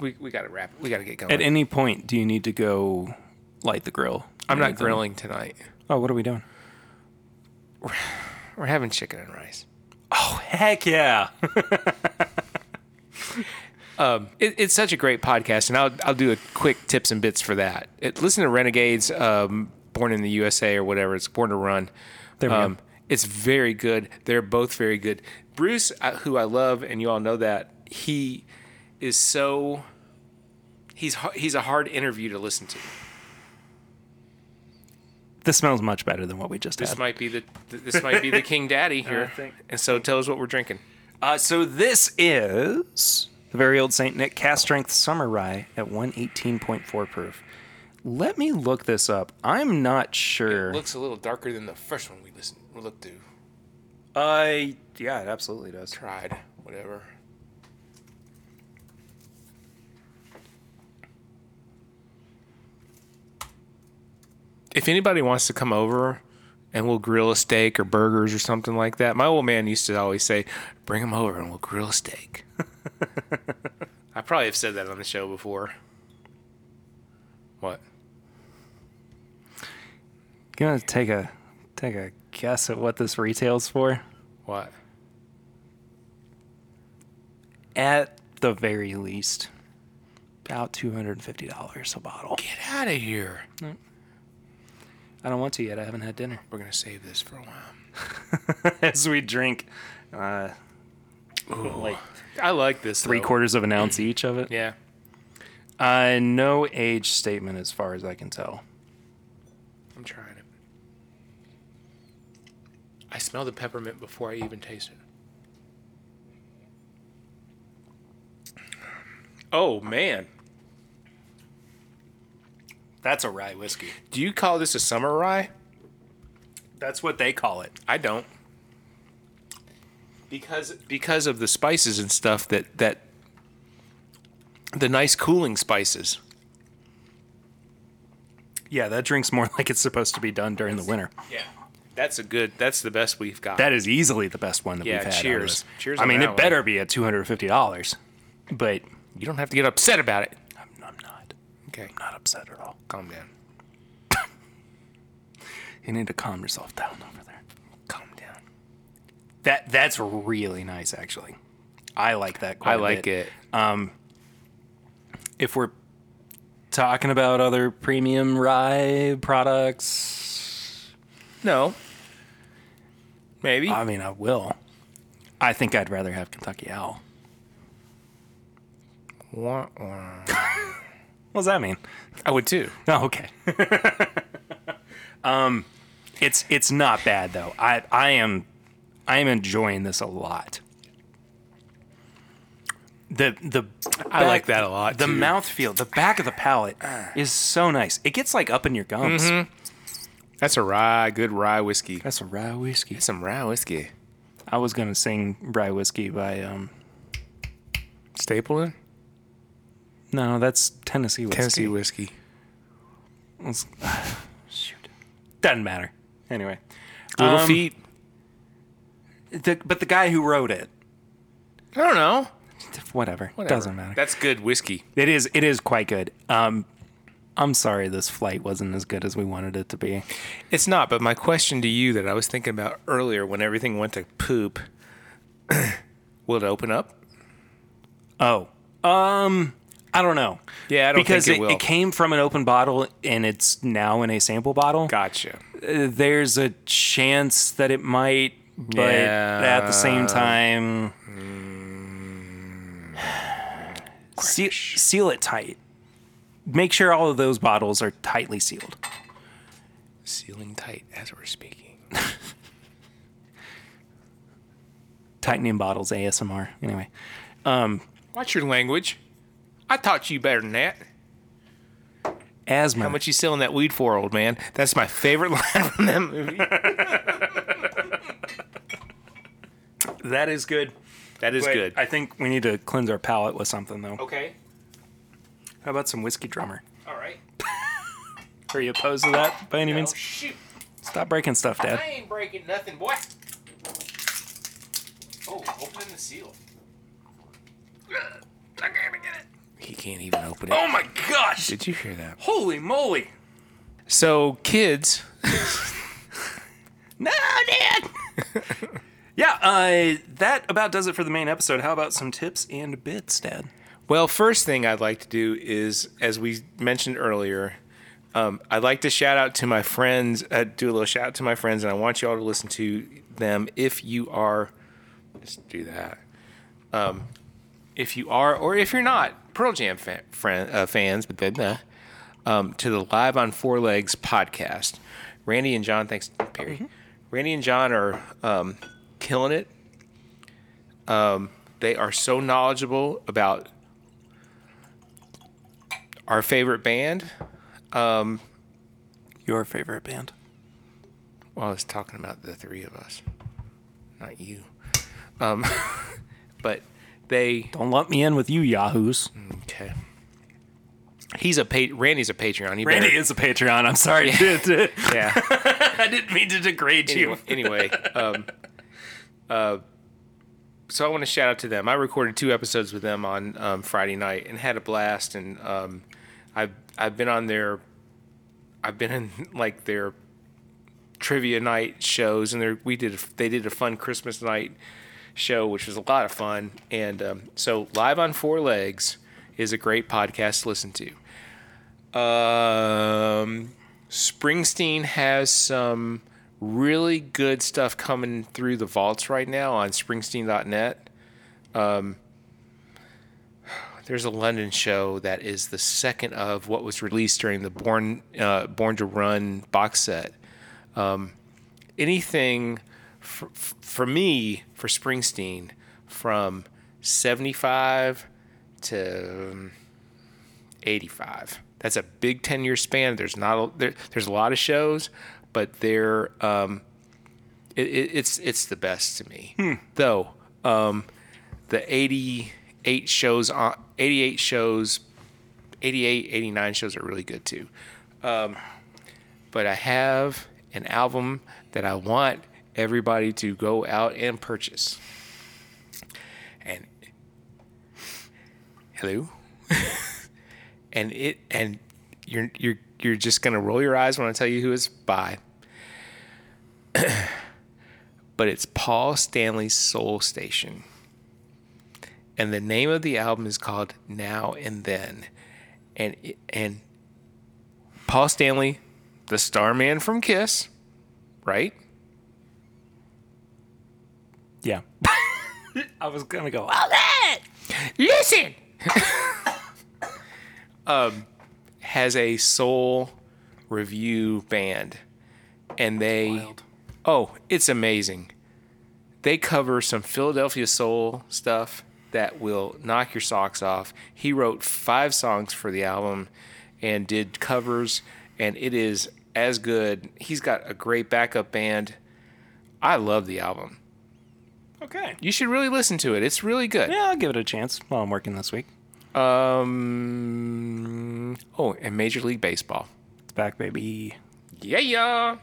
We, we gotta wrap we gotta get going.
At any point, do you need to go light the grill?
I'm not grilling tonight.
Oh, what are we doing?
We're having chicken and rice.
Oh heck yeah! *laughs*
It, it's such a great podcast, and I'll I'll do a quick tips and bits for that. It, listen to Renegades, um, Born in the USA or whatever. It's Born to Run. Um,
There we go.
It's very good. They're both very good. Bruce, I- who I love, and you all know that he is so. He's har- he's a hard interview to listen to.
This smells much better than what we just
This
had.
might be the this might be the King
*laughs*
Daddy here.
think-
and so tell us what we're drinking.
Uh, so this is the very old Saint Nick cast strength summer rye at 118.4 proof. Let me look this up. I'm not sure.
Looks a little darker than the first one we listened we looked to.
uh, yeah, it absolutely does.
Tried whatever. If anybody wants to come over and we'll grill a steak or burgers or something like that, my old man used to always say, "Bring them over and we'll grill a steak." *laughs* I probably have said that on the show before. What?
Gonna take a take a guess at what this retails for.
What?
At the very least, about $250 a bottle.
Get out of here.
I don't want to yet. I haven't had dinner.
We're gonna save this for a while.
*laughs* As we drink uh, like
I like this.
three
though.
quarters of an ounce each of it.
Yeah.
Uh, no age statement as far as I can tell.
I'm trying it. I smell the peppermint before I even taste it. Oh man.
That's a rye whiskey.
Do you call this a summer rye?
That's what they call it.
I don't. Because because of the spices and stuff that that the nice cooling spices.
Yeah, that drink's more *laughs* like it's supposed to be done during the winter.
Yeah. That's a good that's the best we've got.
That is easily the best one that
Yeah,
we've had. on
cheers.
this.
Cheers
I
on
mean,
that
it
one.
better be at two hundred fifty dollars, but
you don't have to get upset about it.
I'm, I'm not.
Okay.
I'm not upset at all.
Calm down.
You need to calm yourself down over there.
Calm down.
That that's really nice, actually. I like that. Quite
I
a
like
bit.
it.
If we're talking about other premium rye products,
No. Maybe.
I mean, I will. I think I'd rather have Kentucky Owl.
Wah, wah.
What does that mean?
I would too.
Oh, okay. *laughs* um, it's it's not bad though. I I am I am enjoying this a lot. The the
I like
back-
that a lot,
The
too.
mouthfeel, the back of the
*sighs*
palate is so nice. It gets like up in your gums.
Mm-hmm. That's a rye, good rye whiskey.
That's a rye whiskey.
That's some rye whiskey.
I was gonna sing rye whiskey by um.
Stapleton?
No, that's Tennessee whiskey.
Tennessee whiskey. *sighs*
Let's- Shoot, doesn't matter. Anyway,
Little
Um,
feet.
the, but the guy who wrote it,
I don't know.
whatever,
Whatever.
doesn't matter.
That's good whiskey.
It is. It is quite good. Um, I'm sorry this flight wasn't as good as we wanted it to be.
It's not, but my question to you that I was thinking about earlier when everything went to poop *coughs* will it open up?
Oh, um, I don't know.
Yeah, I don't
because
think it
it,
will.
came from an open bottle and it's now in a sample bottle.
Gotcha.
Uh, There's a chance that it might, but
Yeah.
at the same time,
Hmm.
seal, seal it tight. Make sure all of those bottles are tightly sealed.
Sealing tight as we're speaking.
Titanium bottles, ASMR. Anyway.
Watch your language. I taught you better than that.
Asthma.
How much you selling that weed for, old man? That's my favorite *laughs* line from that movie.
That is good.
That is
But
good.
I think we need to cleanse our palate with something though.
okay.
How about some whiskey drummer?
All right.
Are you opposed to that by any
Oh,
means?
shoot.
Stop breaking stuff, Dad.
I ain't breaking nothing, boy. Oh, opening the seal. I can't get it. He can't even open it.
Oh my gosh!
Did you hear that?
Holy moly!
So, kids,
No, Dad. *laughs* yeah, uh, that about does it for the main episode. How about some tips and bits, Dad?
Well, first thing I'd like to do is, as we mentioned earlier, um, I'd like to shout out to my friends, uh, do a little shout out to my friends, and I want you all to listen to them if you are. Let's do that. Um, if you are, or if you're not, Pearl Jam fan, friend, uh, fans, but then uh, um, to the Live on Four Legs podcast. Randy and John, thanks, Perry. Randy and John are um, killing it. Um, they are so knowledgeable about our favorite band.
Your favorite band?
Well, I was talking about the three of us, not you. Um, *laughs* but they
Don't lump me in with you, yahoos.
okay. He's a pa- Randy's a Patreon. He
Randy
better-
is a Patreon. I'm sorry.
yeah.
*laughs* I didn't mean to degrade you.
anyway, *laughs* anyway, um, uh, so I want to shout out to them. I recorded two episodes with them on um, Friday night and had a blast. And um, I've I've been on their, I've been in *laughs* like their trivia night shows, and their we did a, they did a fun Christmas night show, which was a lot of fun. And um, so live on four legs is a great podcast to listen to. Um, Springsteen has some really good stuff coming through the vaults right now on springsteen.net. Um, there's a London show that is the second of what was released during the Born uh, Born to Run box set. Um, anything for, for me for Springsteen from 75 to um, 85. That's a big 10 year span. There's not a, there, there's a lot of shows, but they're um, it, it, it's it's the best to me. Though um, the 88 shows on 88 shows 88 89 shows are really good too. Um, but I have an album that I want everybody to go out and purchase. And hello and it and you're you're you're just gonna roll your eyes when I tell you who it's by. *clears throat* but it's Paul Stanley's Soul Station. And the name of the album is called Now and Then. And it, and Paul Stanley, the Starman from Kiss, right?
Yeah. *laughs* I was gonna go. Oh, that.
*laughs* Listen. um, has a soul review band, and they oh, it's amazing. They cover some Philadelphia soul stuff that will knock your socks off. He wrote five songs for the album and did covers, and it is as good. He's got a great backup band. I love the album.
Okay.
You should really listen to it. It's really good.
Yeah, I'll give it a chance while I'm working this week.
Um. Oh, and Major League Baseball.
It's back, baby.
Yeah, yeah.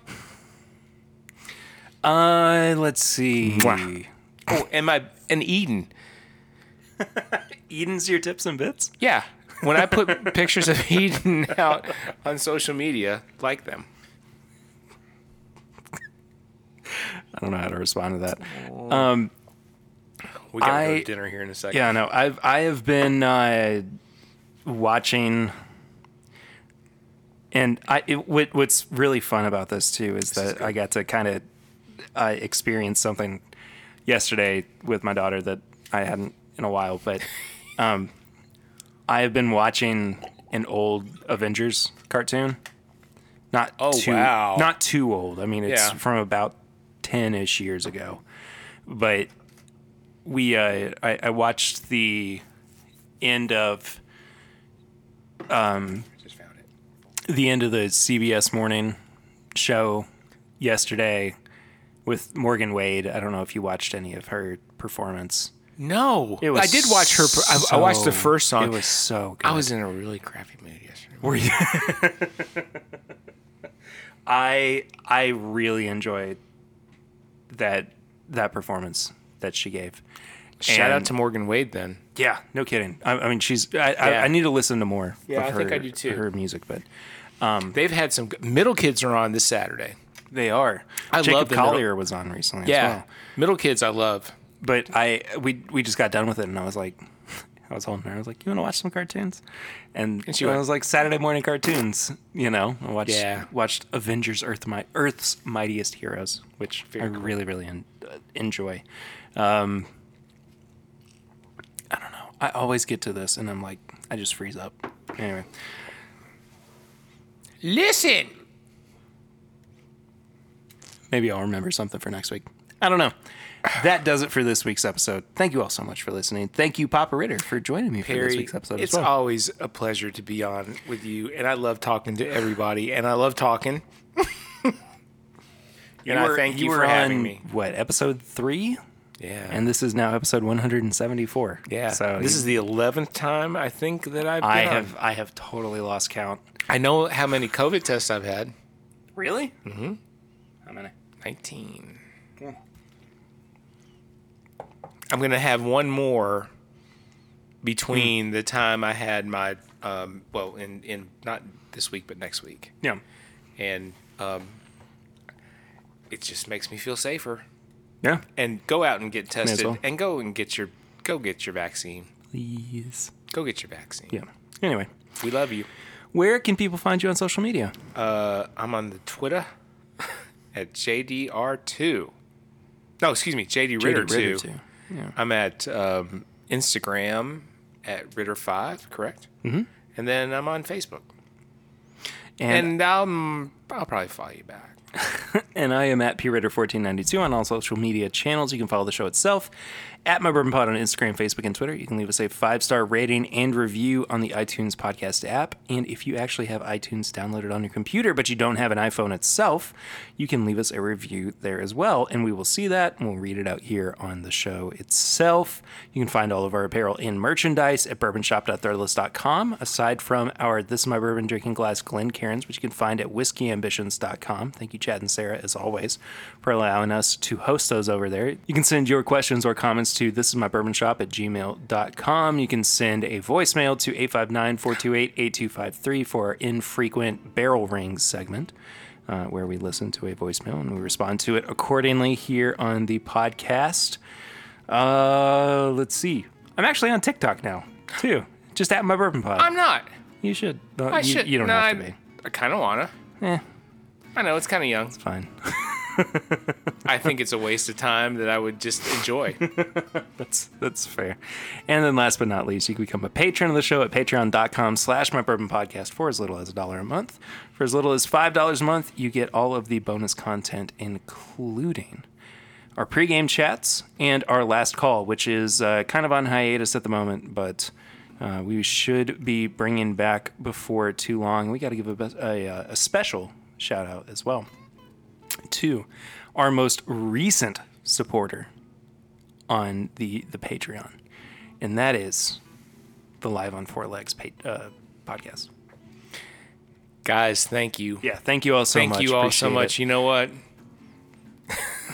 Uh, let's see.
Mwah. Oh, and my and Eden.
Eden's your tips and bits.
Yeah. When
*laughs*
I put pictures of Eden out on social media, like them.
I don't know how to respond to that.
We gotta go
I-
to dinner here in a second.
Yeah, no, I've I have been uh, watching, and I it, what, what's really fun about this too is that I got to kind of uh, experience something yesterday with my daughter that I hadn't in a while. But um, I have been watching an old Avengers cartoon. Not
Oh,
too,
wow.
Not too old. I mean, it's
Yeah.
from about ten ish years ago, but we uh, I, I watched the end of um,
Just found it.
the end of the CBS morning show yesterday with Morgan Wade. I don't know if you watched any of her performance.
No,
It was
I did watch her. per- I, I watched the
so-
first song.
It was so good.
I was in a really crappy mood yesterday.
Were you? *laughs* I I really enjoyed that that performance that she gave.
Shout out
And-
to Morgan Wade then.
Yeah, no kidding. I, I mean, she's. I, I,
Yeah.
I need to listen to more.
Yeah,
of
I
her,
think I do too.
Her music, but
They've had some good- middle kids are on this Saturday.
They are.
I
Jacob
love the middle-
Collier was on recently.
Yeah,
As well.
middle kids I love.
But I we we just got done with it, and I was like, *laughs* I was holding her. I was like, you want to watch some cartoons? And,
And she
I
went-
was like, Saturday morning cartoons. You know, I watched
Yeah.
watched Avengers Earth Mi- Earth's Mightiest Heroes, which I really really en- uh, enjoy. Um, I don't know. I always get to this, and I'm like, I just freeze up. Anyway,
Listen,
maybe I'll remember something for next week. I don't know. That does it for this week's episode. Thank you all so much for listening. Thank you, Papa Ritter, for joining me for this
Perry,
week's episode
it's
as well.
always a pleasure to be on with you, and I love talking to everybody, and I
*laughs*
love talking. and I
were-
thank you,
were
for having
on,
me.
What episode three?
Yeah,
And this is now episode 174.
yeah.
So
this
you-
is the eleventh time I think that I've. Been
I
on.
have I have totally lost count.
I know how many COVID tests I've had.
Really? Mm-hmm. How many?
19. I'm going to have one more between the time I had my, um, well, in, in not this week, but next week.
Yeah.
And um, it just makes me feel safer.
Yeah.
And go out and get tested
well.
and go and get your, go get your vaccine.
Please.
Go get your vaccine.
Yeah. Anyway,
We love you.
where can people find you on social media?
Uh, I'm on the Twitter *laughs* at JDR2. No, excuse me, JD Ritter,
Ritter
2.
too. Yeah.
I'm at um, Instagram at Ritter5, correct? Mm-hmm. And then I'm on Facebook.
And
And um, I'll probably follow you back.
and I am at PRitter1492 on all social media channels. You can follow the show itself at My Bourbon Pod on Instagram, Facebook, and Twitter. You can leave us a five star rating and review on the iTunes podcast app. And if you actually have iTunes downloaded on your computer, but you don't have an iPhone itself, you can leave us a review there as well. And we will see that and we'll read it out here on the show itself. You can find all of our apparel and merchandise at bourbonshop.threadless.com, aside from our This Is My Bourbon Drinking Glass Glen Cairns, which you can find at whiskeyambitions.com. Thank you, Chad and Sarah, as always, for allowing us to host those over there. You can send your questions or comments to this is my bourbon shop at gmail.com. You can send a voicemail to 859 428 8253 for our infrequent barrel rings segment uh, where we listen to a voicemail and we respond to it accordingly here on the podcast. Uh, let's see. I'm actually on TikTok now too. Just at my bourbon pod.
I'm not.
you should. No,
I
you,
should.
you don't
no,
have
I,
to be.
I kind of want to.
Eh,
I know it's kind of young.
fine.
I think it's a waste of time that I would just *laughs* enjoy.
that's that's fair. And then last but not least, you can become a patron of the show at patreon.com slash my bourbon podcast for as little as a dollar a month. For as little as five dollars a month, you get all of the bonus content, including our pregame chats and our last call, which is uh, kind of on hiatus at the moment, but uh, we should be bringing back before too long. We got to give a, bes- a, uh, a special shout out as well to our most recent supporter on the the Patreon, and that is the Live on Four Legs pa- uh, podcast.
Guys, thank you.
Yeah, thank you all so
thank
much.
you all so much.
Appreciate
You know *laughs* what?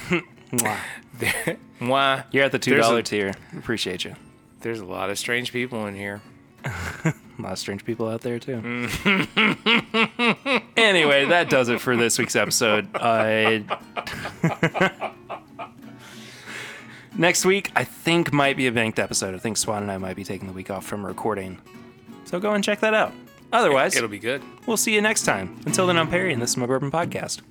it. Mwah.
*laughs* Mwah.
You're at the two
There's a-
dollar tier. Appreciate you.
There's a lot of strange people in here.
A lot of strange people out there too. *laughs* anyway, that does it for this week's episode. Uh, *laughs* next week, I think might be a banked episode. I think Swan and I might be taking the week off from recording, so go and check that out. Otherwise,
It'll be good.
we'll see you next time. Until then, I'm Perry, and this is my Bourbon Podcast.